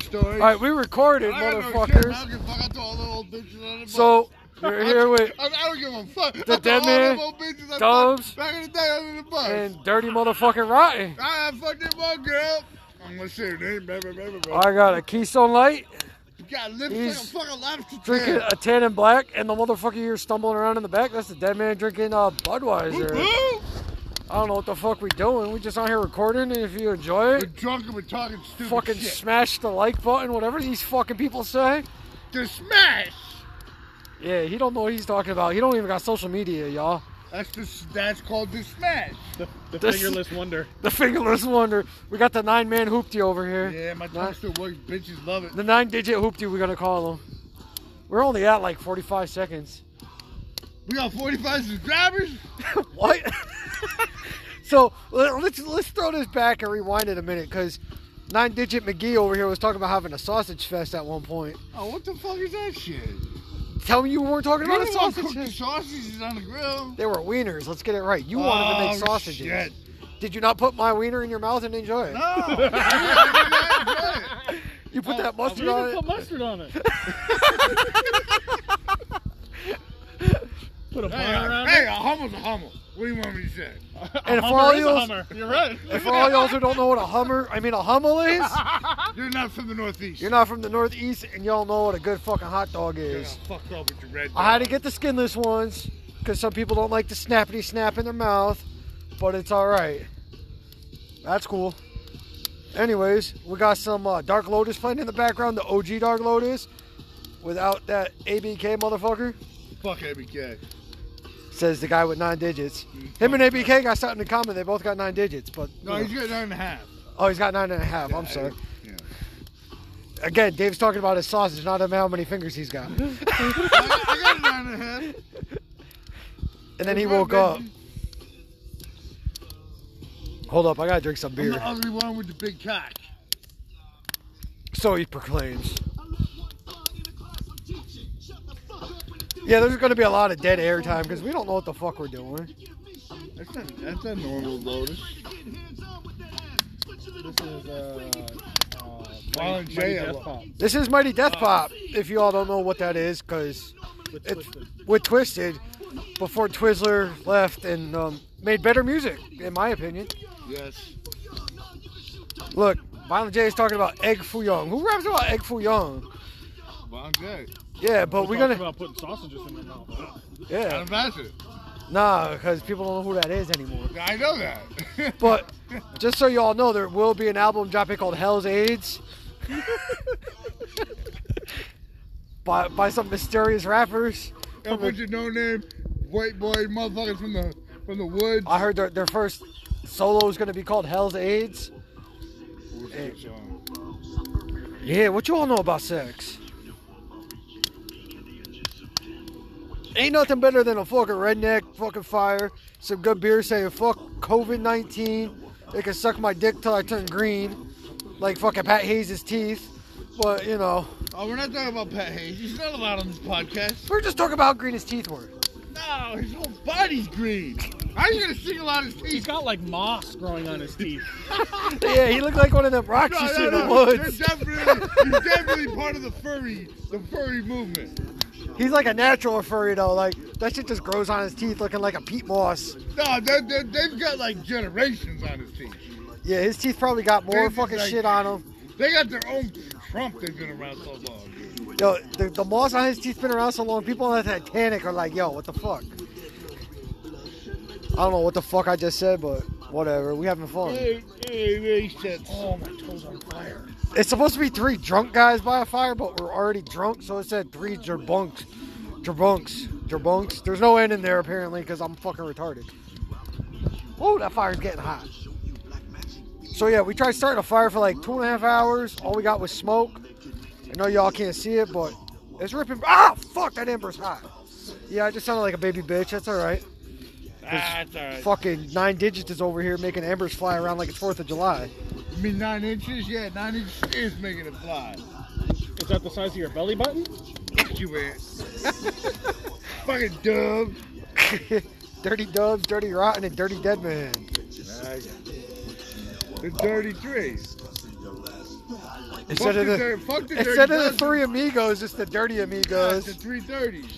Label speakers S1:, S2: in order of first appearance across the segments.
S1: stories.
S2: All right, we recorded,
S1: I don't know shit. I
S2: motherfuckers.
S1: don't give a fuck. I told all the old bitches on the bus.
S2: So we're
S1: I-
S2: here with
S1: I, I don't give a fuck. I told
S2: dead
S1: all them
S2: man,
S1: old bitches I fucked
S2: Doves,
S1: Back in the day under the bus.
S2: and dirty motherfucking rotten.
S1: I fucked that one girl. I'm gonna say her name, baby, baby, baby.
S2: I got a Keystone Light,
S1: You got lips
S2: He's
S1: like a fucking lobster
S2: drinking
S1: tail.
S2: a tan and black, and the motherfucker here stumbling around in the back. That's the dead man drinking uh, Budweiser.
S1: Woo!
S2: I don't know what the fuck we doing. We just out here recording, and if you enjoy
S1: We're
S2: it,
S1: drunk and we're talking stupid
S2: fucking
S1: shit.
S2: smash the like button, whatever these fucking people say.
S1: the smash.
S2: Yeah, he don't know what he's talking about. He don't even got social media, y'all.
S1: That's the that's called the smash.
S3: The, the
S2: This-
S3: fingerless wonder.
S2: The fingerless wonder. We got the nine man hoopty over here.
S1: Yeah, my tongue
S2: Not-
S1: still works. Bitches love it.
S2: The nine digit hoopty we're gonna call him. We're only at like 45 seconds.
S1: We got 45 subscribers.
S2: What? so let- let's let's throw this back and rewind it a minute, cause nine digit McGee over here was talking about having a sausage fest at one point.
S1: Oh, what the fuck is that shit?
S2: Tell me you weren't talking
S1: You
S2: about
S1: don't
S2: a
S1: want to cook
S2: sausage
S1: the
S2: fest.
S1: sausages on the grill.
S2: They were wieners. Let's get it right. You wanted to make
S1: Oh,
S2: sausages.
S1: shit.
S2: Did you not put my wiener in your mouth and enjoy it?
S1: No. I didn't enjoy it.
S2: You put that
S3: We
S2: mustard on
S3: even
S2: it.
S3: put mustard on it. put a
S1: Hey,
S3: bar
S1: a-
S3: around
S1: hey,
S3: it.
S1: a hummel's a hummel. What do you want me to say?
S2: And
S3: a
S2: for all
S3: hummer is
S2: you-
S3: a hummer. You're right.
S2: And for all y'all who don't know what a Hummer, I mean a Hummel is,
S1: You're not from the Northeast.
S2: you're not from the Northeast and y'all know what a good fucking hot dog
S1: You're
S2: is.
S1: not fucked up with your red.
S2: I had to get the skinless ones because some people don't like the snappity snap in their mouth, but it's all right. That's cool. Anyways, we got some uh, Dark Lotus playing in the background, the OG Dark Lotus, without that ABK motherfucker.
S1: Fuck ABK.
S2: Says the guy with nine digits. Him and ABK got something in common. They both got nine digits, but
S1: No, he's got nine and a half.
S2: oh, he's got nine and a half. I'm
S1: Yeah,
S2: sorry.
S1: Yeah.
S2: Again, Dave's talking about his sausage, not him how many fingers he's got. And
S1: I got, I got a nine and a half.
S2: then he woke up. Hold up, I gotta drink some
S1: I'm
S2: beer.
S1: the ugly one with the big cock.
S2: So he proclaims. Yeah, there's gonna be a lot of dead air time because we don't know what the fuck we're doing.
S1: That's not, that's not normal, Lotus.
S3: This is uh, uh,
S1: Violent
S3: Mighty
S1: J, I
S3: Death
S1: love.
S3: Pop
S2: This is Mighty Death Pop, if you all don't know what that is, because
S3: with
S2: it,
S3: Twisted.
S2: with Twisted, before Twizzler left and um, made better music, in my opinion.
S1: Yes.
S2: Look, Violent J is talking about Egg Foo Young. Who raps about Egg Foo Young?
S1: Von J.
S2: Yeah, but we're
S3: Talked
S2: gonna
S3: about putting sausages in my mouth.
S2: yeah.
S1: Adam Bassett.
S2: Nah, because people don't know who that is anymore.
S1: I know that.
S2: But just so you all know, there will be an album dropping called Hell's AIDS by by some mysterious rappers.
S1: a bunch of no name white boy motherfuckers from the from the woods.
S2: I heard their, their first solo is gonna be called Hell's AIDS.
S1: What's that song?
S2: Yeah, what you all know about sex? Ain't nothing better than a fucking redneck, fucking fire, some good beer saying fuck COVID 19. They can suck my dick till I turn green, like fucking Pat Hayes' teeth. But, you know,
S1: Oh, we're not talking about Pat Hayes. He's not allowed on this podcast.
S2: we're just talking about how green his teeth were.
S1: No, his whole body's green. How you gonna single out his
S3: He's
S1: teeth?
S3: got like moss growing on his teeth.
S2: Yeah, he looked like one of them rocks you see in the woods.
S1: You're definitely, you're definitely part of the furry, the furry movement.
S2: He's like a natural furry, though. Like, that shit just grows on his teeth looking like a peat moss.
S1: No, they, they, they've got like generations on his teeth.
S2: Yeah, his teeth probably got more
S1: Dude,
S2: fucking
S1: like-
S2: shit on them.
S1: They got their own Trump. They've been around so long. dude.
S2: Yo, the, the moss on his teeth been around so long, people on the Titanic are like, yo, what the fuck? I don't know what the fuck I just said, but whatever. We having fun.
S1: It, it makes sense.
S3: Oh, my toes on fire.
S2: It's supposed to be three drunk guys by a fire, but we're already drunk, so it said three jerbunks. Jerbunks. Jerbunks. There's no end in there, apparently, because I'm fucking retarded. Oh, that fire's getting hot. So, yeah, we tried starting a fire for like two and a half hours. All we got was smoke. I know y'all can't see it, but it's ripping. Ah, fuck, that ember's hot. Yeah, I just sounded like a baby bitch. That's all right.
S1: Ah, it's all right.
S2: Fucking nine digits is over here making embers fly around like it's 4th of July.
S1: You mean nine inches? Yeah, nine inches is making it fly.
S3: Is that the size of your belly button?
S1: You ain't. Fucking dub.
S2: dirty Dubs, Dirty Rotten, and Dirty Dead Man.
S1: Nice. The dirty trees.
S2: Instead of
S1: the
S2: the,
S1: dir- fuck the
S2: instead
S1: dirty
S2: of the
S1: dozen.
S2: three amigos, it's the dirty
S1: It's the
S2: amigos.
S1: 330s.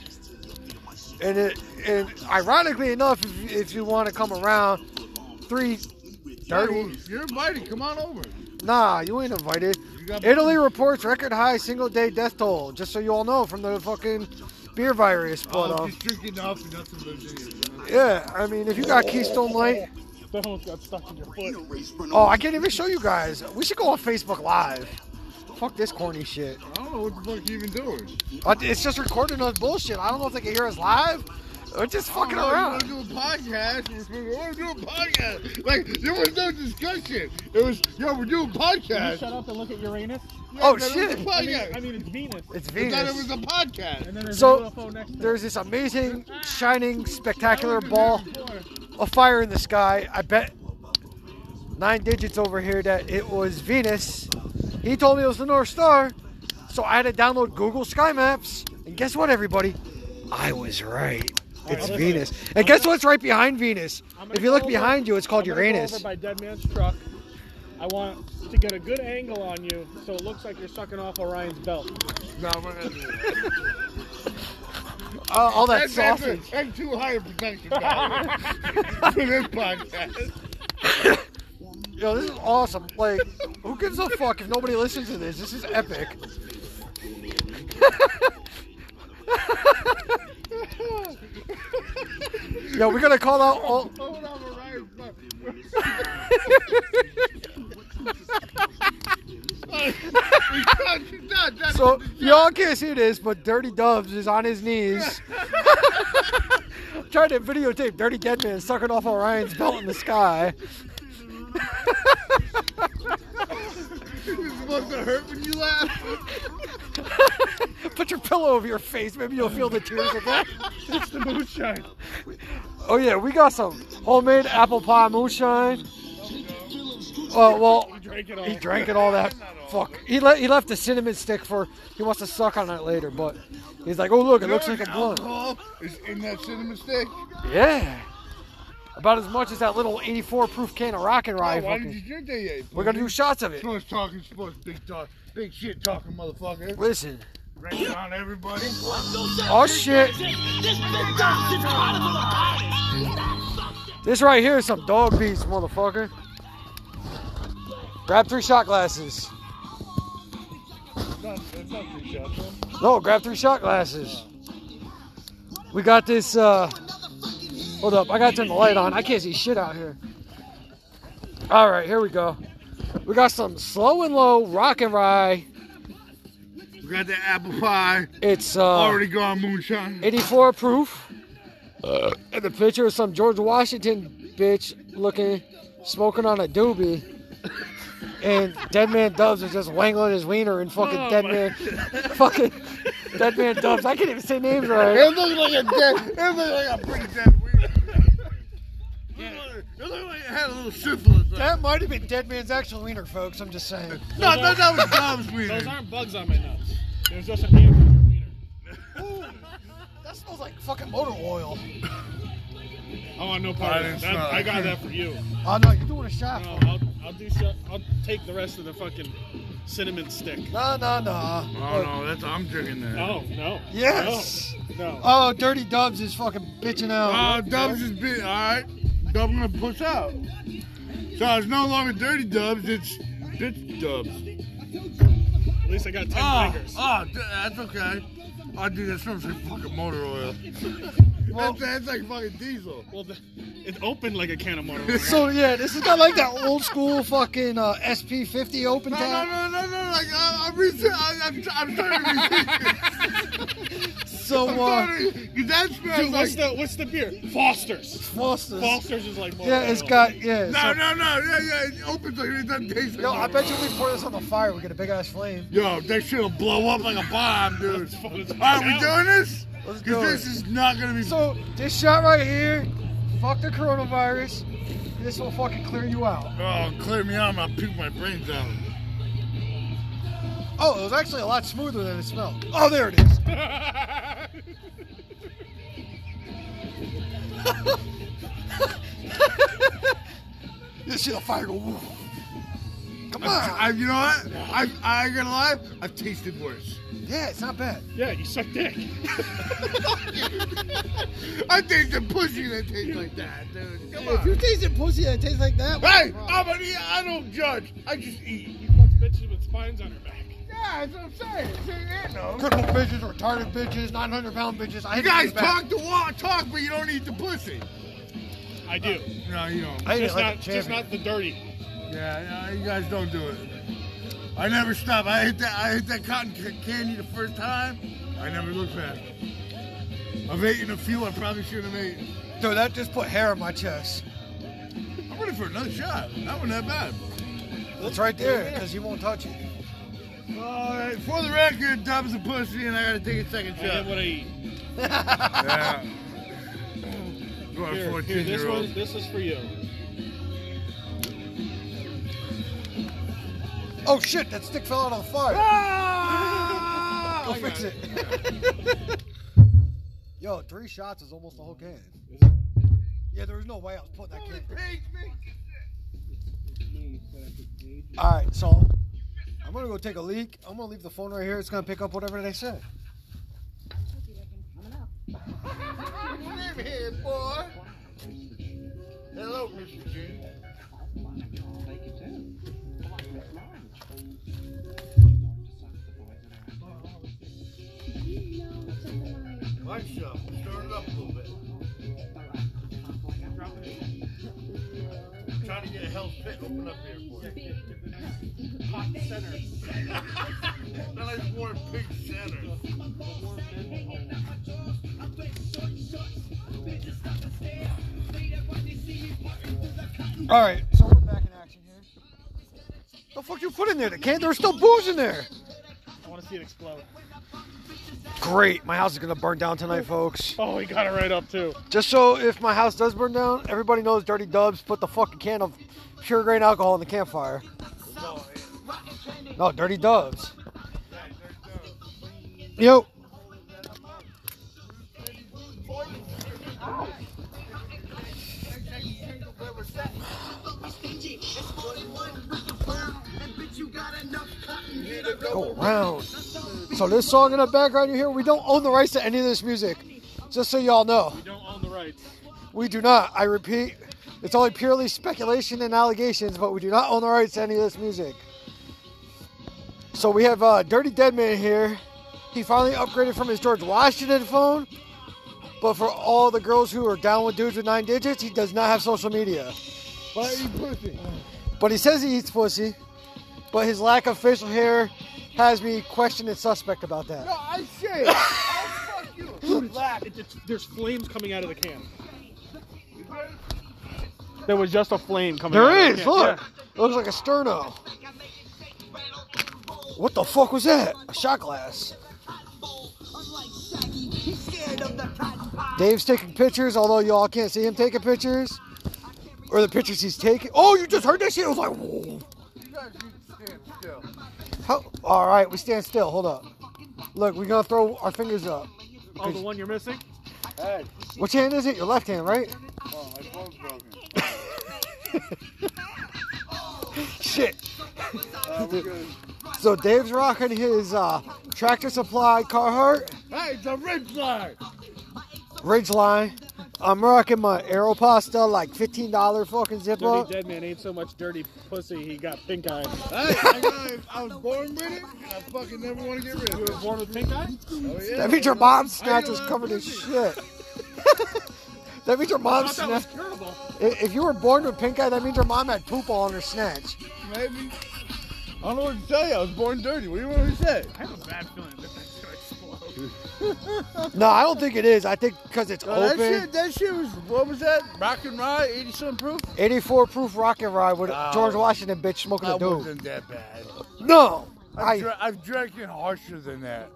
S2: And it and ironically enough, if you, if you want to come around, three dirty.
S1: You're invited. Come on over.
S2: Nah, you ain't invited.
S1: You got-
S2: Italy reports record high single day death toll. Just so you all know, from the fucking beer virus
S1: Oh,
S2: split
S1: if
S2: off.
S1: he's drinking off and nothing but
S2: Yeah, I mean, if you got Keystone Light,
S3: That one got stuck in your foot.
S2: oh, I can't even show you guys. We should go on Facebook Live. Fuck this corny shit.
S1: I don't know what the fuck you even doing.
S2: Uh, It's just recording us bullshit. I don't know if they can hear us live. We're just fucking
S1: You
S2: around.
S1: want to do a podcast? We want to do a podcast. Like there was no discussion. It was yo, we're doing
S3: Can you
S1: podcast.
S3: shut up and look at Uranus?
S1: Yeah,
S2: Oh,
S1: that it was
S2: shit.
S1: a
S3: I mean, I
S1: Podcast.
S3: mean it's Venus.
S2: It's
S1: I thought it was
S2: Venus.
S1: a podcast.
S3: And then there's
S2: So,
S3: a UFO next to it.
S2: There's this amazing, shining, spectacular ball of fire in the sky. I bet nine digits over here that it was Venus. He told me it was the North Star. So I had to download Google Sky Maps. And guess what, everybody? I was right. It's
S3: listen.
S2: Venus. And guess what's right behind Venus?
S3: I'm gonna
S2: If you
S3: go
S2: look
S3: over-
S2: behind you, it's called
S3: I'm gonna go
S2: Uranus.
S3: over by Dead Man's truck. I want to get a good angle on you, so it looks like you're sucking off Orion's belt.
S1: No, we're not doing that.
S2: Uh, all that
S1: That's, that's,
S2: sausage.
S1: a- that's too high a protection value for this podcast.
S2: Yo, this is awesome. Like, who gives a fuck if nobody listens to this? This is epic. Yo, we're gonna call out all.
S1: Hold on, Orion. We cut you down. That's
S2: So y'all can't see this, but Dirty Doves is on his knees, trying to videotape Dirty Dead Man sucking off Orion's belt in the sky.
S1: It's supposed to hurt when you laugh.
S2: Put your pillow over your face, maybe you'll feel the tears again.
S3: It's the moonshine.
S2: Oh yeah, we got some homemade apple pie moonshine. Uh, well,
S3: He drank it all.
S2: He drank it all that. Fuck. He le- he left the cinnamon stick for. He wants to suck on it later, but he's like, oh look, it looks like a blunt.
S1: Alcohol is in that cinnamon stick.
S2: Yeah. About as much as that little 84 proof can of Rock and
S1: Why,
S2: Rye.
S1: Oh, why
S2: fucking-
S1: did you drink that yet?
S2: We're gonna do shots of it.
S1: Sports talking, sports big talk, big shit talking, motherfucker.
S2: Listen.
S1: Right on everybody.
S2: Oh shit. This right here is some dog beats, motherfucker. Grab three shot glasses.
S1: It's not, it's not three shots. huh?
S2: No, grab three shot glasses. We got this. Uh, hold up, I gotta turn the light on. I can't see shit out here. All right, here we go. We got some slow and low rock and rye.
S1: We got the apple pie,
S2: It's uh,
S1: already gone moonshine.
S2: 84 proof. And the picture is some George Washington bitch looking, smoking on a doobie. And Dead Man Dubs is just wangling his wiener and fucking Dead Man, fucking Dead Man Dubs. I can't even say names right.
S1: It looks like a dead, it looks like a pretty dead weed. It looked like it had a little syphilis.
S2: That might have been Dead Man's actual wiener, folks. I'm just saying.
S1: No, no, that was Dom's weed.
S3: Those aren't bugs on my nuts. There's just a name for the wiener.
S2: That smells like fucking motor oil.
S3: I want no part
S1: I
S3: of
S1: didn't
S3: that. That-
S1: smell it.
S3: I got that for you.
S2: Oh no, you're doing a shot.
S3: No, I'll, I'll do. So, I'll take the rest of the fucking cinnamon stick.
S2: No, no, no.
S1: Oh no, that's I'm drinking that.
S3: Oh no.
S2: Yes.
S3: No. no.
S2: Oh, Dirty Dubs is fucking bitching out.
S1: Uh, Dubs is big. All right, Dubs gonna push out. So it's no longer dirty Dubs. It's ditch Dubs.
S3: At least I got ten
S1: Ah,
S3: fingers.
S1: ah, d- that's okay. Oh, dude, that smells like fucking motor oil. that's, that's like fucking diesel.
S3: Well, the, it opened like a can of motor.
S2: So yeah, this is got like that old school fucking uh, SP50 open
S1: No, no,
S2: top.
S1: no, no, no. Like I, I'm, resi- I, I'm, I'm trying to resist.
S2: So
S1: I'm
S2: uh,
S1: trying to. 'cause That smells
S3: Dude,
S1: like.
S3: what's the what's the beer? Foster's.
S2: Foster's.
S3: Foster's is like motor.
S2: Yeah, it's
S3: oil.
S2: got yeah.
S1: no,
S2: So,
S1: no, no. Yeah, yeah. It opens like it doesn't taste. like
S2: yo, I
S1: motor
S2: bet
S1: oil.
S2: you we pour this on the fire, we get a big ass flame.
S1: Yo, that shit'll blow up like a bomb, dude.
S3: That's what it's
S1: Are we
S3: about.
S1: doing this?
S2: Let's do
S1: Because this
S2: it.
S1: is not gonna be.
S2: So this shot right here, fuck the coronavirus. This will fucking clear you out.
S1: oh, clear me out! I'll puke my brains out.
S2: Oh, it was actually a lot smoother than it smelled. Oh, there it is. you see the fire go. woof. Come
S1: I, Ah, you know what? I, I ain't gonna lie, I've tasted worse.
S2: Yeah, it's not bad.
S3: Yeah, you suck dick.
S1: I tasted pussy that tastes like that, dude. Come
S2: If you
S1: on.
S2: tasted pussy that tastes like that, what's
S1: Hey,
S2: wrong?
S1: I'm an, I don't judge. I just eat.
S3: You fucks bitches with spines on her back.
S1: Yeah, that's what I'm saying. See, you know.
S2: crippled bitches, retarded bitches, 900 pound bitches. I
S1: You
S2: hate
S1: guys
S2: to think
S1: talk
S2: back.
S1: the walk, talk, but you don't eat the pussy.
S3: I do.
S1: No, you don't.
S2: I hate it
S3: Just
S2: like
S3: not,
S2: a
S3: just
S2: champion.
S3: not the dirty.
S1: Yeah, no, you guys don't do it. I never stop. I hit that. I hit that cotton ca- candy the first time. I never look back. I've eaten a few I probably shouldn't have eaten.
S2: Dude, that just put hair on my chest.
S1: I'm ready for another shot. That wasn't that bad.
S2: It's right there because you won't touch it.
S1: All right, for the record, Dub's a pussy, and I gotta take a second
S3: I get
S1: shot.
S3: what I eat.
S1: Yeah. You are a
S3: Here,
S1: 14
S3: here, this
S1: year old.
S3: one, this is for you.
S2: Oh shit, that stick fell out on the fire.
S1: Ah!
S2: Go
S1: I got
S2: fix it. Yo, three shots is almost the whole can. Yeah, there was no way I was putting that
S1: Holy
S2: can.
S1: page, man.
S2: All right, so I'm gonna go take a leak. I'm gonna leave the phone right here. It's gonna pick up whatever they say.
S1: Come here, boy. Hello, Mr. G. Light show. Stir it up a little bit. Drop it in. Try to get a hell's pit open up here for you.
S3: Hot center.
S1: Not like warm pig center.
S2: All right, so we're back in action here. The fuck you put in there? The can? There's still booze in there.
S3: I want to see it explode.
S2: Great, my house is gonna burn down tonight, folks.
S3: Oh, he got it right up too.
S2: Just so if my house does burn down, everybody knows Dirty Dubs put the fucking can of pure grain alcohol in the campfire. No, Dirty Dubs. Yo. Go around. So this song in the background you hear, we don't own the rights to any of this music. Just so y'all know.
S3: You don't own the rights.
S2: We do not. I repeat, it's only purely speculation and allegations, but we do not own the rights to any of this music. So we have uh, Dirty Deadman here. He finally upgraded from his George Washington phone, but for all the girls who are down with dudes with nine digits, he does not have social media.
S1: Why you pussy?
S2: But he says he eats pussy, but his lack of facial hair has me question and suspect about
S1: No,
S2: that.
S1: I say it. I'll fuck you. Black.
S3: It, it's there's flames coming out of the can. There was just a flame coming out
S2: There
S3: of the
S2: is,
S3: can.
S2: look. Looks like a sterno. What the fuck was that? A shot glass. Dave's taking pictures, although y'all can't see him taking pictures. Or the pictures he's taking. Oh, you just heard that shit? I was like, whoa.
S1: You guys need to stand still.
S2: How- All right, we stand still. Hold up. Look, we're going to throw our fingers up.
S3: Yeah. Oh, the one you're missing?
S1: Hey,
S2: Which hand is it? Your left hand, right?
S1: oh, my phone's broken.
S2: Shit.
S1: Uh, we're good.
S2: So Dave's rocking his uh, Tractor Supply Carhartt.
S1: Hey, it's a red flag.
S2: Ridgeline. I'm rocking my Aeropasta, like fifteen dollar fucking
S3: Dirty
S2: Ziploc.
S3: dead man ain't so much dirty pussy. He got pink eye.
S1: Hey, I, got, I was born with it. and I fucking never want to get rid of it.
S3: You were born with pink eye?
S1: Oh, yeah.
S2: That means your mom's
S1: I ain't
S2: snatch is
S1: allowed
S2: covered in
S1: pussy.
S2: shit. that means your mom's snatch.
S3: terrible.
S2: If if you were born with pink eye, that means your mom had poop all on her snatch.
S1: Maybe. I don't know what to tell you. I was born dirty. What do you want me to say?
S3: I have a bad feeling that that's gonna explode.
S2: No, I don't think it is. I think because it's
S1: No, Oh, that
S2: open.
S1: shit, that shit was, what was that? Rock and ride, 80 something proof?
S2: 84 proof rock and ride with
S1: Oh.
S2: George Washington bitch smoking
S1: I
S2: a dope.
S1: wasn't that bad.
S2: No,
S1: I've,
S2: I
S1: dra- I've drank it harsher than that.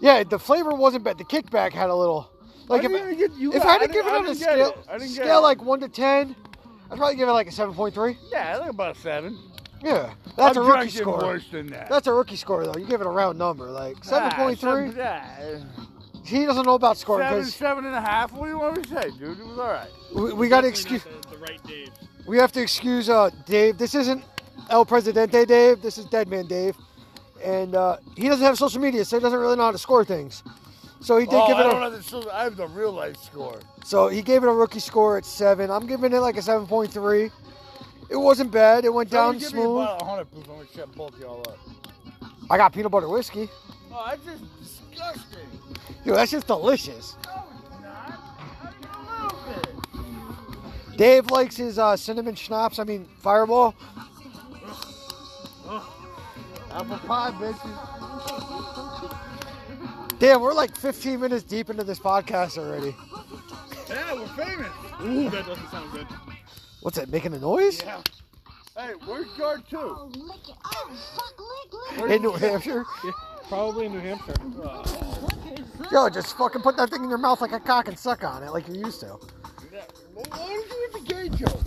S2: yeah, the flavor wasn't bad. The kickback had a little. Like
S1: I
S2: if,
S1: didn't even get- you
S2: if
S1: got-
S2: I
S1: I
S2: had to
S1: didn't-
S2: give it
S1: I
S2: on a
S1: didn't get
S2: scale,
S1: it. I didn't get
S2: scale
S1: it.
S2: like one to ten, I'd probably give it like a seven point three.
S1: Yeah, I think about seven.
S2: Yeah, that's
S1: I've
S2: a rookie
S1: drank it
S2: score.
S1: worse than that.
S2: That's a rookie score though. You give it a round number, like seven point three.
S1: Ah, seven,
S2: He doesn't know about scoring
S1: seven,
S2: because
S1: seven and a half. What do you want me to say, dude? It was all right.
S2: we, we got to excuse.
S3: The, the right Dave.
S2: We have to excuse uh, Dave. This isn't El Presidente Dave. This is Deadman Dave, and uh, he doesn't have social media, so he doesn't really know how to score things. So he did
S1: oh,
S2: give
S1: I
S2: it.
S1: don't
S2: A,
S1: have the silver- I have the real life score.
S2: so he gave it a rookie score at seven. I'm giving it like a seven point three. It wasn't bad. It went down
S1: give
S2: smooth.
S1: me about 100 proof. I'm gonna shut both y'all up.
S2: I got peanut butter whiskey.
S1: Oh, that's just disgusting.
S2: Dude, that's just delicious.
S1: No, it's not. Not even a little bit.
S2: Dave likes his uh, cinnamon schnapps. I mean, Fireball.
S1: Apple pie, bitches.
S2: Damn, we're like 15 minutes deep into this podcast already.
S1: Yeah, we're famous.
S3: Ooh, that doesn't sound good.
S2: What's that? Making a noise?
S1: Yeah. Hey, where's guard two?
S4: Oh, lick it. Oh, fuck, lick, lick.
S2: In New Hampshire?
S3: Yeah, probably New Hampshire. Uh,
S2: Yo, just fucking put that thing in your mouth like a cock and suck on it like you're used to.
S1: Yeah. Why did you with the gay joke?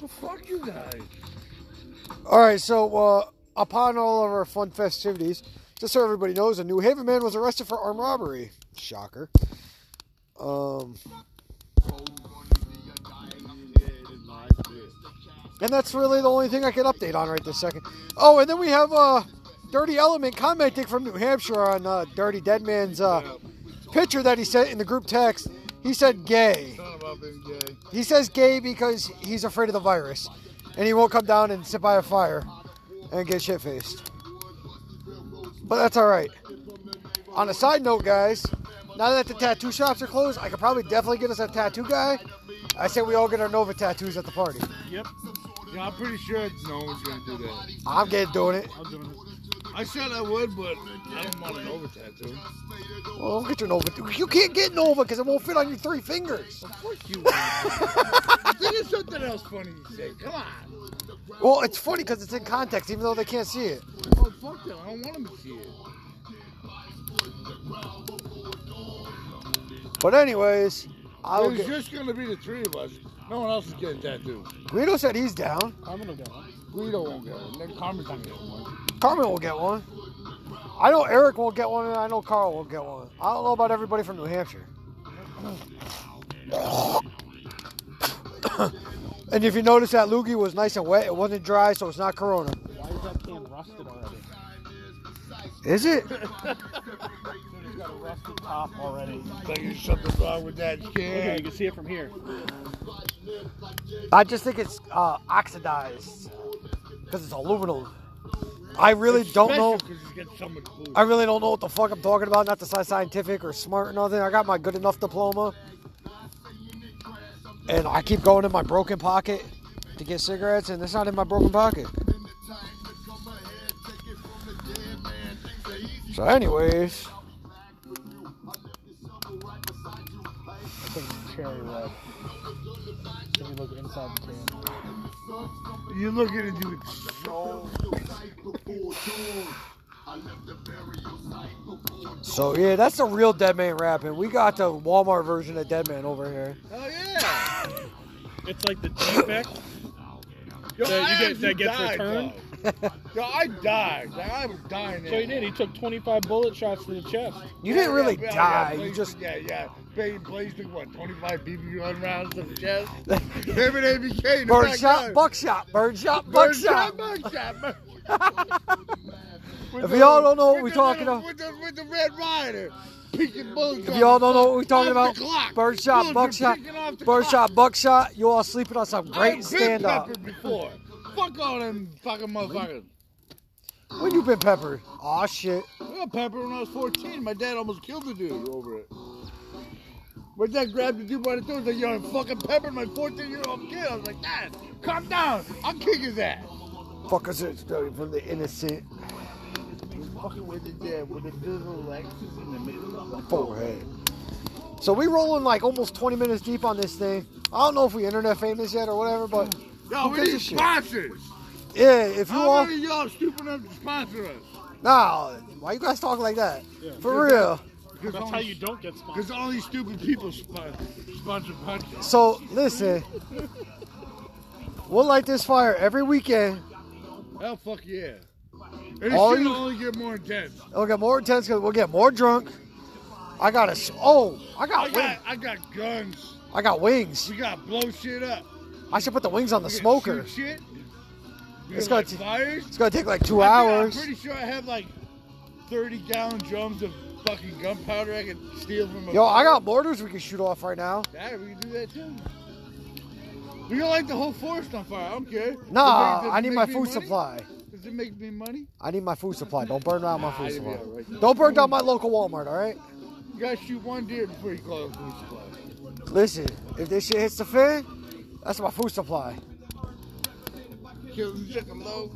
S1: Well, fuck you guys.
S2: All right, so uh, upon all of our fun festivities, just so everybody knows, a New Haven man was arrested for armed robbery. Shocker. Um, and that's really the only thing I can update on right this second. Oh, and then we have uh, Dirty Element commenting from New Hampshire on uh, Dirty Dead Man's uh, picture that he sent in the group text. He said gay.
S1: Not about being gay.
S2: He says gay because he's afraid of the virus, and he won't come down and sit by a fire and get shit faced. But that's all right. On a side note, guys, now that the tattoo shops are closed, I could probably definitely get us a tattoo guy. I say we all get our Nova tattoos at the party.
S3: yep.
S1: Yeah, I'm pretty sure no one's gonna do that.
S2: I'm getting doing it.
S3: I'm doing it.
S1: I said I would, but I don't want an over tattoo.
S2: Well, don't get your Nova. You can't get Nova because it won't fit on your three fingers.
S1: Fuck you. Think of something else funny to say. Come on.
S2: Well, it's funny because it's in context, even though they can't see it.
S1: Oh, fuck them. I don't want them to see it.
S2: But anyways, I'll
S1: It's
S2: get.
S1: just gonna be the three of us. No one else is getting tattooed.
S2: Guido said he's down.
S3: I'm gonna go.
S1: Guido won't get one. Then Carmen's gonna get one.
S2: Carmen will get one. I know Eric will get one, and I know Carl will get one. I don't know about everybody from New Hampshire. and if you notice, that loogie was nice and wet. It wasn't dry, so it's not Corona.
S3: Why is that can rusted already?
S2: Is it?
S3: It's got a rusted top already. Look
S1: Like there's something wrong with that
S3: at it, you
S1: kid.
S3: can see it from here.
S2: I just think it's uh, oxidized because it's aluminum. I really don't know.
S1: Because he's getting someone blue.
S2: I really don't know what the fuck I'm talking about. Not to sound scientific or smart or nothing. I got my good enough diploma. And I keep going in my broken pocket to get cigarettes, and it's not in my broken pocket. So, anyways,
S3: I think it's cherry red. If you look inside the can.
S1: You're looking to do it so.
S2: so yeah, that's the real Dead Man rapping. We got the Walmart version of Dead Man over here.
S1: Hell yeah.
S3: It's like the defect.
S1: Yo,
S3: That you
S1: I
S3: get-
S1: actually
S3: that gets
S1: died,
S3: returned?
S1: though. Yo, I died. Like, I was dying.
S3: so
S1: there.
S3: he did. He took 25 bullet shots to the chest.
S2: You didn't
S1: Yeah,
S2: really
S1: yeah, yeah,
S2: die.
S1: Blaze-
S2: You just
S1: yeah, yeah. They blazed like, what 25 BB rounds to the chest. Him and ABK. in the
S2: birdshot,
S1: backyard.
S2: buckshot, birdshot,
S1: Birdshot, buckshot.
S2: buckshot.
S1: buckshot.
S2: If y'all don't know what we're
S1: With the
S2: talking
S1: little-
S2: about-
S1: with the, with the red rider. Peeking bullets
S2: If
S1: off
S2: y'all
S1: the
S2: don't know what
S1: clock-
S2: we're talking
S1: off
S2: about,
S1: the clock.
S2: birdshot,
S1: Bullets are
S2: buckshot,
S1: peeking off the clock.
S2: birdshot, buckshot, you all sleeping on some
S1: I have
S2: great stand up.
S1: Been peppered before. Fuck all them fucking motherfuckers.
S2: When you been peppered? Aw, shit.
S1: I got peppered Oh, when I was 14. My dad almost killed the dude over it. My dad grabbed the dude by the throat and said, Yo, I fucking peppered my 14 year old kid. I was like, Dad, calm down. I'll kick his ass.
S2: Fuckers are stolen from the innocent
S1: He's fucking with his dad with a little Lexus in the middle of the
S2: forehead. So we rolling like almost 20 minutes deep on this thing. I don't know if we internet famous yet or whatever, but
S1: Yo, we
S2: gives a
S1: need
S2: shit?
S1: sponsors.
S2: yeah, if you
S1: How
S2: all
S1: many of y'all stupid enough to sponsor us?
S2: nah, why you guys talk like that?
S3: Yeah.
S2: For real.
S3: That's how you don't get sponsored.
S1: Because only stupid people spon- sponsor podcasts.
S2: So listen, we'll light this fire every weekend.
S1: Hell, fuck yeah. And it's
S2: All
S1: going
S2: you-
S1: to only get more intense.
S2: It'll get more intense because we'll get more drunk. I got a s- oh, I got
S1: I
S2: wings.
S1: got, I got guns.
S2: I got wings.
S1: We got blow shit up.
S2: I should put the wings on the
S1: We got
S2: smoker.
S1: shoot Shit.
S2: It's
S1: got
S2: gonna t- It's gonna take like two hours.
S1: I'm pretty sure I have like 30 gallon drums of fucking gunpowder I can steal from a.
S2: Yo, I got mortars we can shoot off right now.
S1: Yeah, we can do that too. We can light the whole forest on fire. I don't care. Does
S2: Nah,
S1: it make- does it
S2: I need
S1: make
S2: my
S1: me
S2: food
S1: money?
S2: supply.
S1: Does it make me money?
S2: I need my food supply. Don't burn down my
S1: Nah,
S2: food
S1: you'll
S2: supply.
S1: be alright.
S2: Don't burn down my local Walmart, all right?
S1: You gotta shoot one deer before you call it food supply.
S2: Listen, if this shit hits the fan, that's my food supply.
S1: Kill the chicken low.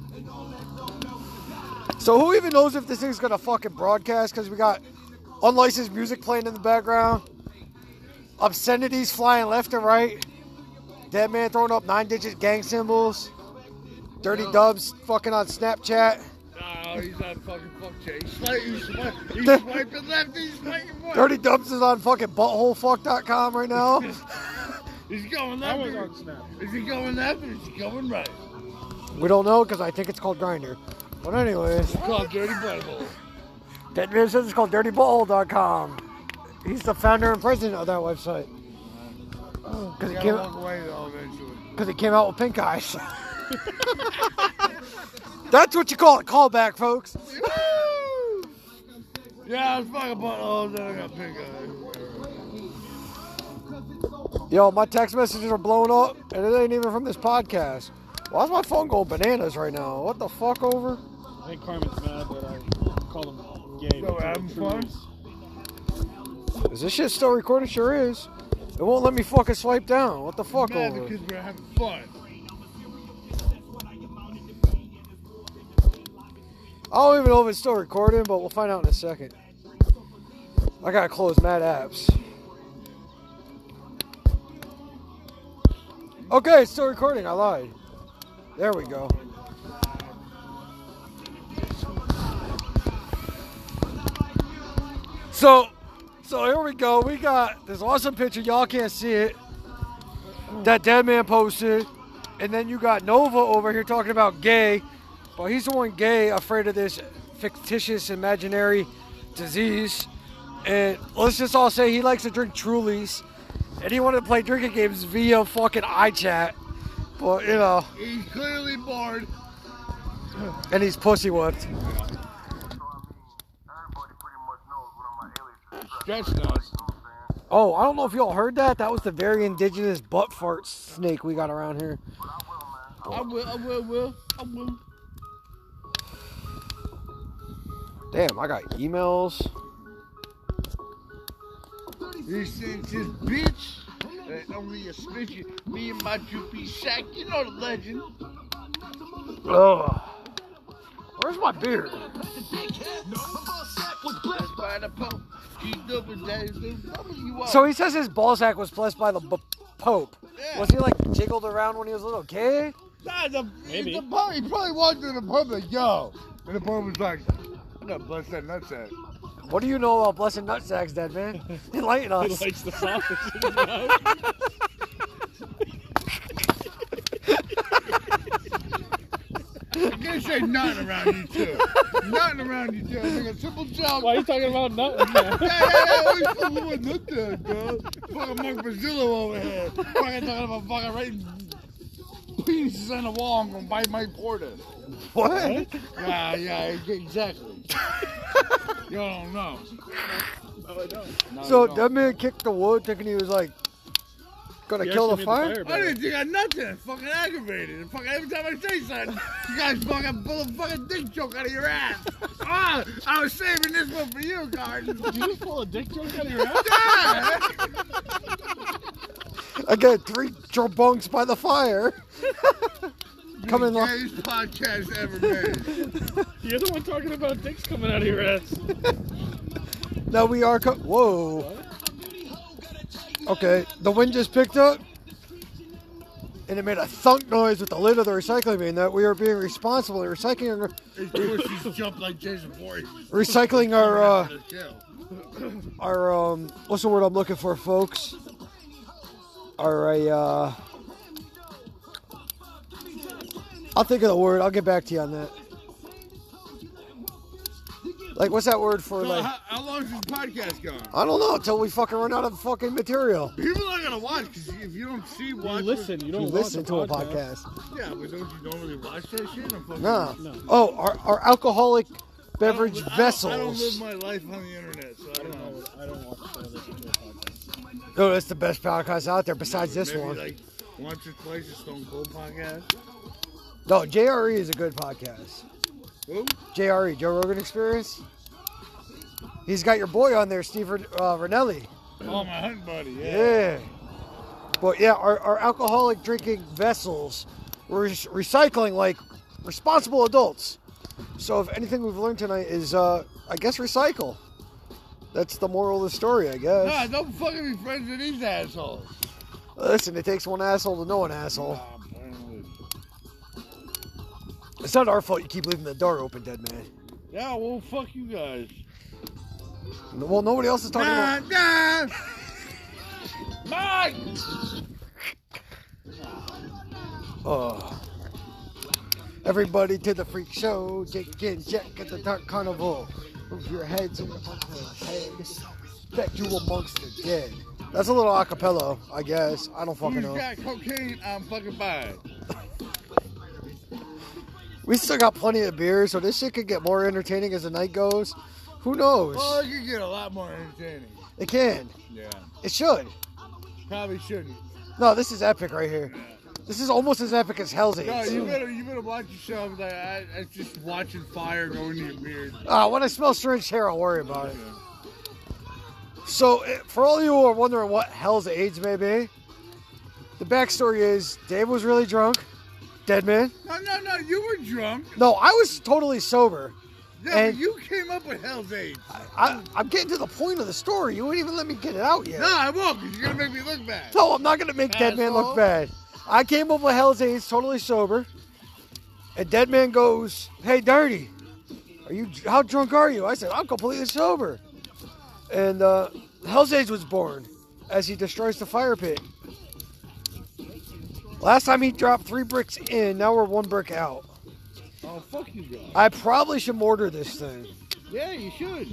S2: So who even knows if this thing's gonna fucking broadcast? Because we got unlicensed music playing in the background, obscenities flying left and right, dead man throwing up nine-digit gang symbols, dirty dubs fucking on Snapchat,
S1: No, he's on fucking fuck Jay. He's swiping, he's swiping, he's swiping left, he's swiping right.
S2: dirty dubs is on fucking buttholefuck.com right now.
S1: He's going
S3: That
S1: left.
S3: was
S1: or-
S3: on Snap.
S1: Is he going left or is he going right?
S2: we don't know because I think it's called Grinder. But anyways,
S1: It's called Dirty Butthole.
S2: dead man says it's called dirtybutthole.com. He's the founder and president of that website.
S1: You
S2: Because it
S1: gotta
S2: came,
S1: walk away though eventually.
S2: Because it came out with pink eyes. That's what you call it, callback, folks.
S1: Yeah, I was fucking buttholes and I got pink eye.
S2: Yo, my text messages are blowing up, and it ain't even from this podcast. Why is my phone going bananas right now? What the fuck over?
S3: I think Carmen's mad that I called him gay.
S1: So,
S3: but
S1: having
S3: the truth
S1: fun?
S3: is-
S2: Is this shit still recording? Sure is. It won't let me fucking swipe down. What the fuck
S1: Mad
S2: over?
S1: because we're having fun.
S2: I don't even know if it's still recording, but we'll find out in a second. I gotta close Mad Apps. Okay, it's still recording. I lied. There we go. So, so here we go. We got this awesome picture. Y'all can't see it. That dead man posted, and then you got Nova over here talking about gay. Well, he's the one gay, afraid of this fictitious imaginary disease. And let's just all say he likes to drink Trulies, and he wanted to play drinking games via fucking iChat. But you know,
S1: He's clearly bored.
S2: and he's pussy whipped.
S1: Stretch nuts.
S2: Oh, I don't know if y'all heard that. That was the very indigenous butt fart snake we got around here.
S1: I will, I will, will. I will.
S2: Damn, I got emails.
S1: He sends his bitch. And only a suspicion. Me and my droopy sack. You know the legend.
S2: Ugh. Where's my beer?
S1: That's by the Pope. She double daddy. You are.
S2: So he says his ballsack was blessed by the b- Pope.
S1: Yeah.
S2: Was he like jiggled around when he was a little kid?
S1: Nah, the,
S3: Maybe.
S1: the pub, he probably walked in the pub like, yo. And the pub was like, I'm gonna bust that nutsack.
S2: What do you know about blessing nutsacks, dead man? Enlighten
S3: He
S2: us.
S3: likes the sausage in his mouth.
S1: I'm gonna say nothing around you two. nothing around you two. Like a simple job.
S3: Why are you talking about nothing? man?
S1: Hey, hey, hey, what you fucking with look there, bro? Fucking Mark Brazillo over here. Fucking talking about fucking writing penises on the wall. I'm gonna bite my porter.
S2: What?
S1: Yeah, yeah, exactly. you don't know. No,
S2: So
S1: you don't.
S2: that man kicked the wood thinking he was like gonna
S3: He
S2: kill
S3: actually
S2: the
S3: made
S2: fire?
S1: I
S3: better.
S1: didn't think I nothing. I'm Fucking aggravated. And Fucking every time I say something, you guys fucking pull a fucking dick joke out of your ass. Ah, I was saving this one for you, Garden.
S3: Did you just pull a dick joke out of your ass?
S1: Yeah.
S2: Again, three jabunks by the fire. Coming
S1: the
S2: live.
S1: greatest podcast ever made.
S3: You're the one talking about dicks coming out of your ass.
S2: Now we are. Co- Whoa. Okay, the wind just picked up, and it made a thunk noise with the lid of the recycling bin. That we are being responsible in recycling,
S1: His pussies jump like Jason Voorhees.
S2: recycling our uh,
S1: The kill.
S2: our um. What's the word I'm looking for, folks? Our uh. I'll think of the word. I'll get back to you on that. like what's that word for
S1: So
S2: like?
S1: how, how long is this podcast going?
S2: I don't know until we fucking run out of fucking material.
S1: People aren't gonna watch because if you don't see,
S3: You
S1: watch.
S3: listen. You
S2: You
S3: don't watch
S2: listen
S3: the
S2: to a podcast.
S1: Yeah, but don't you don't really watch that shit? I'm fucking-
S2: Nah.
S3: No.
S2: Oh, our, our alcoholic
S1: I don't-
S2: beverage
S1: I don't-
S2: vessels.
S1: I don't live my life on the internet, so I
S3: I
S1: don't
S3: don't,
S1: know.
S3: know, I don't watch or listen to a podcast.
S2: No, that's the best podcast out there besides this
S1: Maybe
S2: one.
S1: like once or twice a Stone Cold podcast.
S2: no, JRE is a good podcast.
S1: Who?
S2: JRE, E, Joe Rogan Experience. He's got your boy on there, Steve Ren- uh, Renelli.
S1: Oh, my hunting buddy. Yeah.
S2: Yeah. But yeah, our, our alcoholic drinking vessels, we're just recycling like responsible adults. So if anything we've learned tonight is, uh, I guess, recycle. That's the moral of the story, I guess.
S1: Nah, don't fucking be friends with these assholes.
S2: Listen, it takes one asshole to know an asshole.
S1: Nah, I'm playing with you.
S2: It's not our fault you keep leaving the door open, dead man.
S1: Yeah, well, fuck you guys.
S2: Well, nobody else is talking
S1: Nah,
S2: about.
S1: nah. Mike!
S2: Oh. Everybody to the freak show. Jake and Jack at the Dark Carnival. Move your heads and your heads. That you amongst the dead. That's a little acapella, I guess. I don't fucking
S1: Who's
S2: know.
S1: got cocaine? I'm fucking buying.
S2: We still got plenty of beer, so this shit could get more entertaining as the night goes. Who knows?
S1: Oh, you get a lot more entertaining.
S2: It can.
S1: Yeah.
S2: It should.
S1: Probably shouldn't.
S2: No, this is epic right here. This is almost as epic as Hell's
S1: No,
S2: Angels.
S1: you better you better watch yourself. Like I, I it's just watching fire go into your beard.
S2: Ah, when I smell syringe hair, I'll worry about it. So, eh, for all you who are wondering what hell's AIDS may be, the backstory is Dave was really drunk, dead man.
S1: No, no, no. You were drunk.
S2: No, I was totally sober.
S1: Yeah,
S2: And-
S1: but you came up with Hell's Aids.
S2: I, I'm getting to the point of the story. You wouldn't even let me get it out yet.
S1: No, I won't. Cause you're gonna make me look bad.
S2: No, I'm not gonna make Dead Man look
S1: Asshole.
S2: bad. I came up with Hell's Aids totally sober, and Dead Man goes, "Hey, Dirty, are you? How drunk are you?" I said, "I'm completely sober," and uh, Hell's Aids was born as he destroys the fire pit. Last time he dropped three bricks in, now we're one brick out.
S1: Oh, fuck you guys.
S2: I probably should mortar this thing.
S1: Yeah, you should.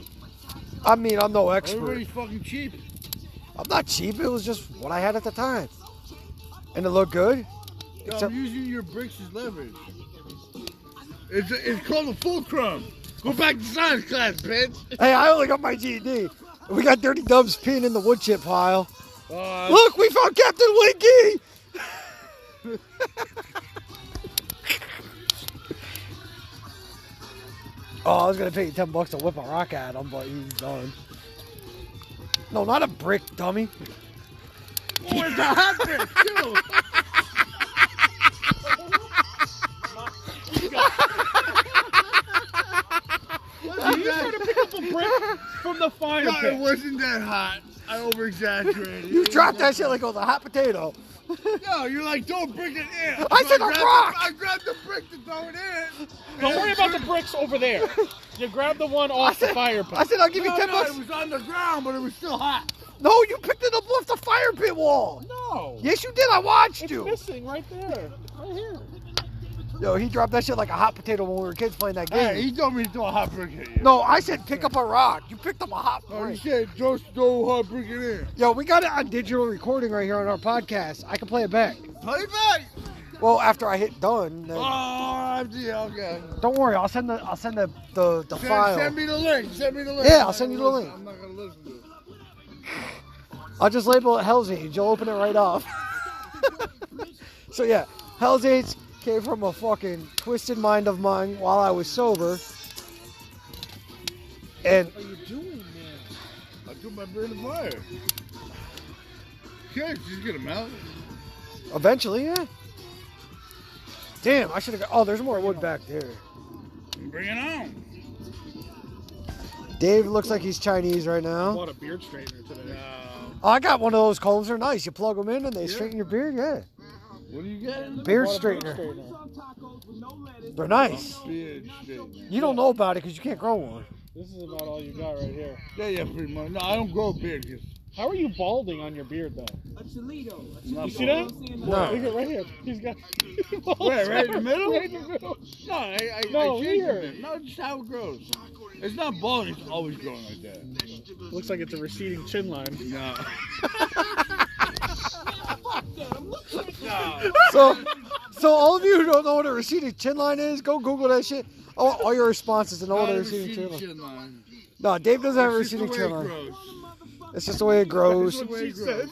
S2: I mean, I'm no expert.
S1: Everybody's fucking cheap.
S2: I'm not cheap. It was just what I had at the time, and it looked good.
S1: No,
S2: Except-
S1: I'm using your bricks as leverage. It's it's called a fulcrum. Go back to science class, bitch.
S2: Hey, I only got my GED. We got dirty dubs peeing in the wood chip pile.
S1: Uh,
S2: Look, we found Captain Winky. oh, I was gonna pay you ten bucks to whip a rock at him, but he's done. No, not a brick, dummy.
S1: Oh, it's a hot brick too.
S3: Listen, you trying to pick up a brick from the fire
S1: No, it
S3: pit.
S1: wasn't that hot. I over exaggerated.
S2: You dropped that shit like it was a hot potato.
S1: No, you're like, don't bring it in.
S2: I said a
S1: grabbed
S2: rock.
S1: The, I grabbed the brick to throw it in.
S3: Don't worry about the bricks over there. You grab the one off the fire
S2: I
S3: pit.
S2: said I'll give
S1: No,
S2: you ten
S1: no,
S2: bucks.
S1: it was on the ground, but it was still hot.
S2: No, you picked it up off the fire pit wall.
S3: No.
S2: Yes, you did. I watched
S3: It's
S2: you.
S3: missing right there. Right here.
S2: Yo, he dropped that shit like a hot potato when we were kids playing that game.
S1: Hey, he told me to throw a hot brick at you.
S2: No, I said pick up a rock. You picked up a hot
S1: Oh, he said,
S2: brick.
S1: just throw a hot brick it in.
S2: Yo, we got it on digital recording right here on our podcast. I can play it back.
S1: Play back.
S2: Well, after I hit done,
S1: Oh,
S2: then-
S1: I'm the- okay.
S2: don't worry. I'll send the I'll send the the, the
S1: Send,
S2: file.
S1: send me the link. Send me the link.
S2: Yeah,
S1: I'm
S2: I'll
S1: not
S2: send you
S1: gonna
S2: the
S1: listen-
S2: link.
S1: I'm not going to listen to it.
S2: I'll just label it Hell's Age. You'll open it right up. so yeah, Hell's Age came from a fucking twisted mind of mine while I was sober. And
S3: What are you doing, man?
S1: I threw my brain in the fire. Okay, she's going to melt.
S2: eventually, yeah. Damn, I should have. got Oh, there's more wood back there.
S1: Bring it on.
S2: Dave looks like he's Chinese right now.
S3: Bought a beard straightener today.
S2: Oh, I got one of those combs. They're nice. You plug them in and they
S1: Yeah.
S2: straighten your beard. Yeah,
S1: what do you getting?
S2: beard
S3: Bought a beard
S2: straightener.
S3: straightener.
S2: They're nice.
S1: Beard straightener.
S2: You don't know about it because you can't grow one.
S3: This is about all you got right here.
S1: Yeah, yeah, pretty much. No, I don't grow beard. 'cause
S3: How are you balding on your beard though?
S5: A Toledo.
S3: You see that?
S1: No.
S3: Look at right here. He's got.
S1: Where, right in the middle?
S3: Right in the middle.
S1: No, I, I,
S3: No,
S1: I changed
S3: here.
S1: it. No, it's how it grows. It's not bald. It's always growing like that.
S3: Looks like it's a receding chin line.
S1: No.
S2: So, so all of you who don't know what a receding chin line is, go Google that shit. Oh, all your responses to know what a receding chin line. No, Dave doesn't have a
S1: It's just the
S2: receding
S1: way
S2: chin
S1: it
S2: line.
S1: grows.
S2: It's just the way it grows.
S1: It's the way it grows.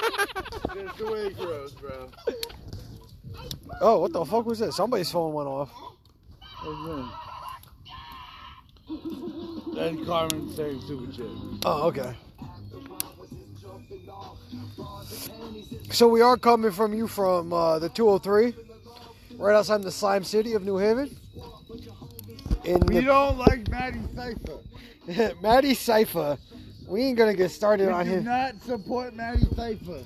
S1: It's the way it grows, bro.
S2: Oh, what the fuck was that? Somebody's phone went off.
S1: Then Carmen saying super shit.
S2: Oh, okay. So we are coming from you from uh, the 203, right outside the slime city of New Haven. In
S1: We
S2: the,
S1: don't like Maddie Cypher.
S2: Maddie Cypher. We ain't gonna get started
S1: We
S2: on
S1: do
S2: him.
S1: not support Maddie Cypher.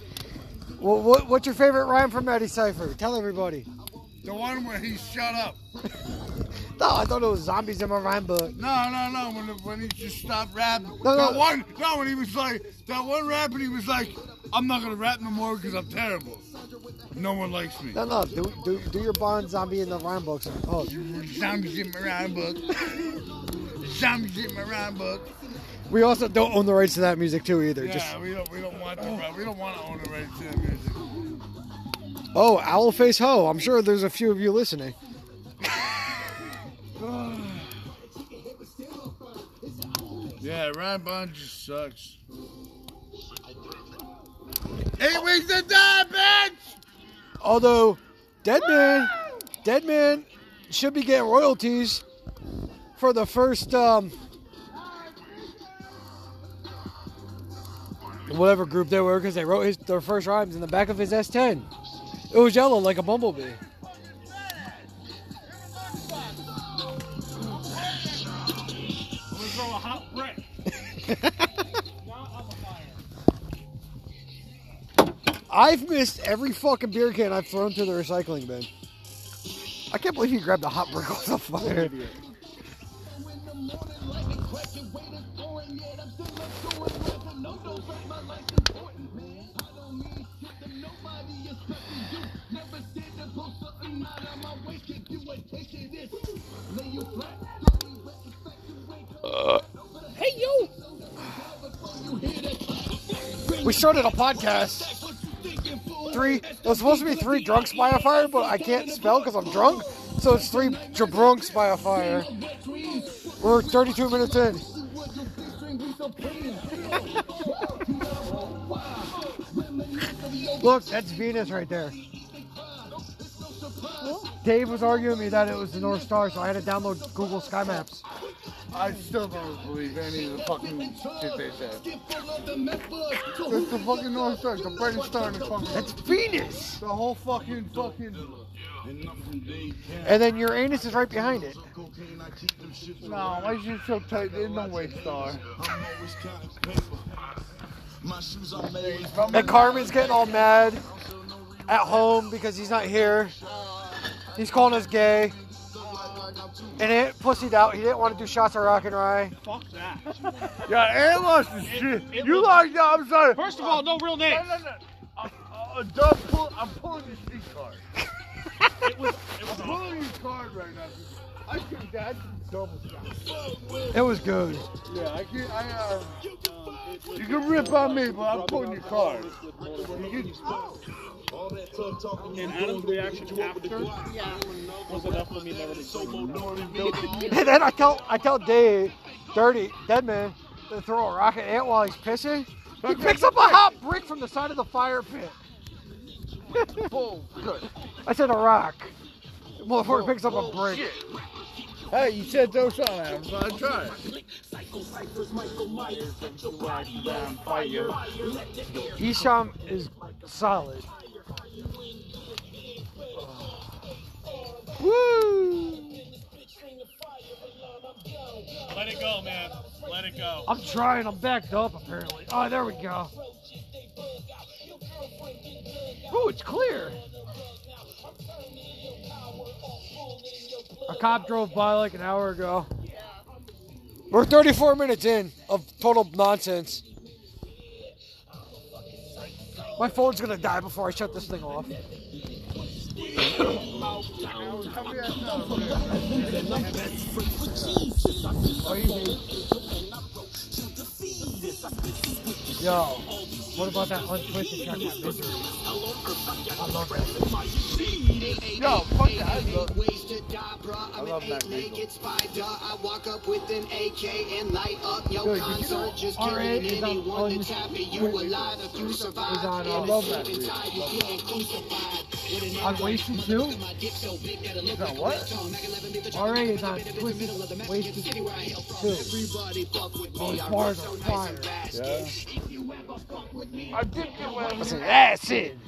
S2: Wha what, what's your favorite rhyme from Maddie Cypher? Tell everybody.
S1: The one where he shut up.
S2: No, I thought it was zombies in my rhyme book.
S1: No, no, no. When, the, when he just stopped rapping.
S2: No,
S1: that
S2: no.
S1: one. No, when he was like that one rapping, he was like, "I'm not gonna rap no more because I'm terrible. No one likes me."
S2: No, no, do, do, do your Bond zombie in the rhyme books. Oh,
S1: Zombies in my rhyme book. Zombies in my rhyme book.
S2: we also don't own the rights to that music too either.
S1: Yeah,
S2: Just
S1: we don't. We don't want to. We don't want to own the rights to that music.
S2: oh, owl face ho. I'm sure there's a few of you listening.
S1: Yeah, Ryan Bond just sucks. Eight weeks to die, bitch!
S2: Although Deadman, Deadman should be getting royalties for the first um, whatever group they were because they wrote his, their first rhymes in the back of his S10. It was yellow like a bumblebee.
S3: I'm gonna throw a hot brick. now I'm a fire.
S2: I've missed every fucking beer can I've thrown to the recycling bin. I can't believe you grabbed a hot brick off the fire. We started a podcast. Three. It was supposed to be three drunks by a fire, but I can't spell because I'm drunk. So it's three jabrunks by a fire. We're 32 minutes in. Look, that's Venus right there. Dave was arguing with me that it was the North Star, so I had to download Google Sky Maps.
S1: I still don't believe any of the fucking shit they said. It's the fucking North Star, the brightest star in the fucking
S2: That's Venus!
S1: The whole fucking fucking.
S2: And then Uranus is right behind it.
S1: No, why is it so tight? There's no way star.
S2: And Carmen's getting all mad at home because he's not here. He's calling us gay. And it pussied out. He didn't want to do shots of rock and rye.
S3: Fuck that.
S1: Yeah, it lost his shit.
S3: it
S1: you
S3: was-
S1: like that? I'm sorry.
S3: First of all, no real name.
S1: No, no, no. I'm, I'm, done pull, I'm pulling your C card.
S3: It was. It was
S1: I'm
S3: awful.
S1: pulling your card right now. I can that's double shot.
S2: It was good.
S1: Yeah, I can. I, uh, you can rip on me, but I'm pulling your card.
S3: And Adam's reaction after was enough for me never to
S2: And then I tell I tell Dave, dirty dead man, to throw a rock at Ant while he's pissing. He picks up a hot brick from the side of the fire pit.
S1: Oh, good.
S2: I said a rock. Motherfucker picks up a brick.
S1: Hey, you said those on Adam, so I tried.
S2: Isham is solid. Woo!
S3: Let it go, man. Let it go.
S2: I'm trying. I'm backed up apparently. Oh, there we go. Ooh, it's clear. A cop drove by like an hour ago. We're 34 minutes in of total nonsense. My phone's gonna die before I shut this thing off. Yo, what about that untwisted track? by Misery? I love that.
S5: Yo, fuck that. I love, I love that naked spider. I walk up with an AK and light up your
S2: Yo, did you
S5: console.
S2: know
S5: Just
S2: RA
S5: killing
S2: is on-
S5: anyone
S2: on-
S5: that tap me. You alive if you survive.
S2: is on, uh,
S5: Innocent
S2: Love That
S5: and tired, you getting crucified. With an
S2: On
S5: arrow,
S2: Wasted
S5: motherfucker,
S2: Two?
S5: my dick so big that it look
S1: that
S5: like a
S1: what?
S5: webtoon. I can live in the-
S2: RA is on
S5: in the
S2: Twisted-
S5: middle of the Mexican
S2: Wasted
S5: city where I hail from.
S2: Two. Oh,
S5: Everybody fuck with
S2: Those
S5: me. I
S2: bars
S5: rock so
S2: are
S5: nice and
S2: fire.
S5: basket.
S6: Yeah.
S5: If you ever fuck with me,
S1: I did get one.
S2: I said, that's it.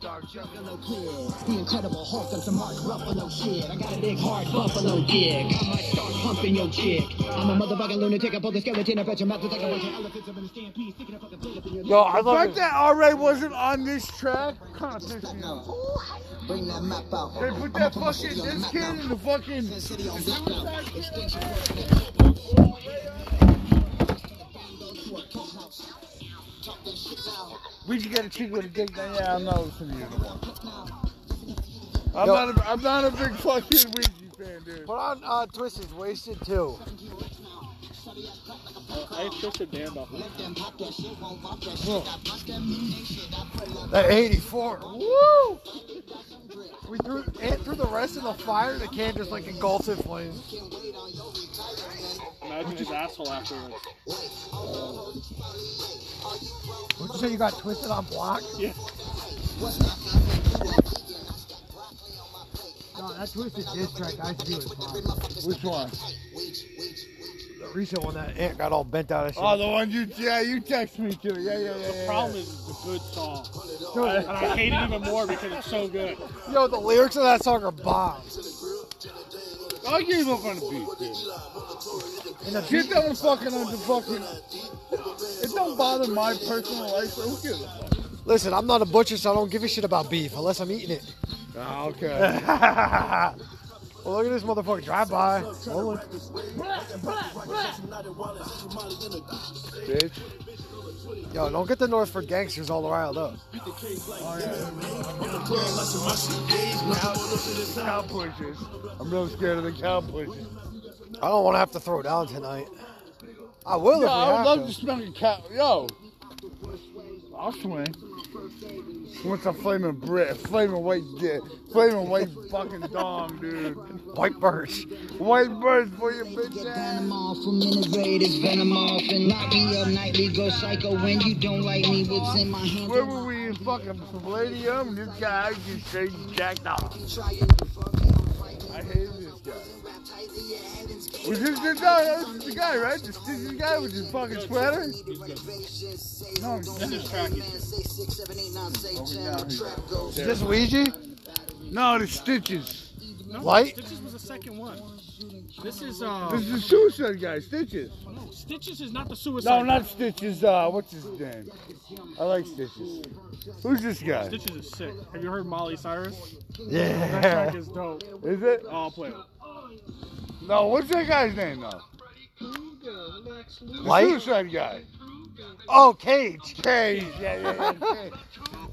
S5: dark juggalo
S7: The incredible Hulk on some Mark Ruffalo shit. I got a big hard buffalo dick. I might start pumping your chick. I'm a motherfucking lunatic. I pull the skeleton. I fetch him out to take a bunch of elephants up in a stampede. Sticking a fucking bullet up in your
S2: Yo, I
S1: The
S2: love
S1: fact
S2: it.
S1: that RA wasn't on this track kind of pissed me off.
S4: Ooh,
S7: Bring that map out.
S1: They put that fucking this kid in the fucking.
S7: City on blackout. Extinction force.
S1: We should get a chick with a dick. then, Yeah, I'm not listening to you no more. I'm
S2: Yo.
S1: not. A, I'm not a big fucking Ouija fan, dude.
S2: Put on uh, Twisted Wasted too.
S3: I have twisted band off.
S7: Let them pop that shit. Won't pop that shit. I bust that meaning shit. I put love
S2: That 84. Woo! We threw it through the rest of the fire. The can just like engulfed in flames.
S7: and wait on your retirement.
S3: Imagine his asshole afterwards.
S2: Would you say you got twisted on block?
S3: Yeah.
S2: No, that twisted diss track I do is fine.
S1: Which one?
S2: The recent one that Ant got all bent out of shit.
S1: Oh, the one you. Yeah, you text me too. Yeah, yeah, yeah.
S3: The problem is it's a good song.
S2: Dude,
S3: And I hate it even more because it's so good.
S2: Yo, the lyrics of that song are bombs.
S1: I gave up on the beat, dude.
S2: And the
S1: Shit
S2: beat,
S1: that was fucking on the fucking. It don't bother my personal life, so who gives a fuck?
S2: listen, I'm not a butcher, so I don't give a shit about beef unless I'm eating it.
S1: Ah, okay.
S2: well, look at this motherfucker drive by. Rolling.
S1: Bitch.
S2: Yo, don't get the Northford gangsters all riled up.
S1: Cow pushes. I'm real scared of the cow pushes.
S2: I don't want to have to throw down tonight. I will
S1: Yo,
S2: if we
S1: I would
S2: have
S1: love
S2: to.
S1: to smoke a cow. Yo. I'll swing. What's a flaming bread? Flaming white dick. Flaming white fucking dong, dude.
S2: White birds.
S1: White birds for your bitch
S7: Get
S1: ass.
S7: venom off from innovators, venom off and lock me up nightly, go psycho when you don't like me, what's in my hand.
S1: Where were we in fucking Palladium? This guy just straight jacked off. I hate this guy. Was this the guy? That was the guy, right? This, this is the guy with his fucking sweater? No,
S3: This track is
S2: Is this Ouija?
S1: no, the stitches.
S3: no,
S2: Light?
S3: Stitches was the second one. This is uh.
S1: This is the suicide guy, stitches.
S3: no, Stitches is not the suicide.
S1: No, not stitches. Uh, what's his name? I like stitches. Who's this guy?
S3: Stitches is sick. Have you heard Molly Cyrus? That
S2: Yeah.
S3: track is dope.
S1: Is it?
S3: Oh, I'll play it.
S1: No, what's that guy's name though? The
S2: Light?
S1: suicide guy.
S2: Oh, Cage.
S1: Cage. Yeah, yeah, yeah. Cage.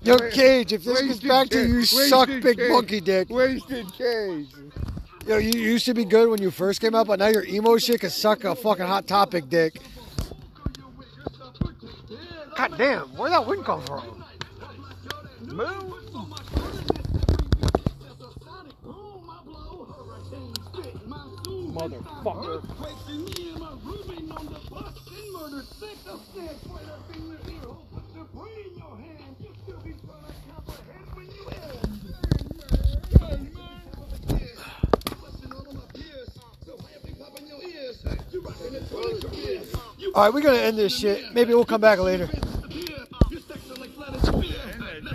S2: Yo, Cage, if this gets
S1: Wasted
S2: back to
S1: Cage.
S2: you, you suck
S1: Wasted
S2: big
S1: Cage.
S2: monkey dick.
S1: Wasted Cage.
S2: Yo, you used to be good when you first came out, but now your emo shit can suck a fucking hot topic dick. God damn, where'd that wind come from?
S3: Motherfucker.
S2: All right, we're gonna end this shit. Maybe we'll come back later.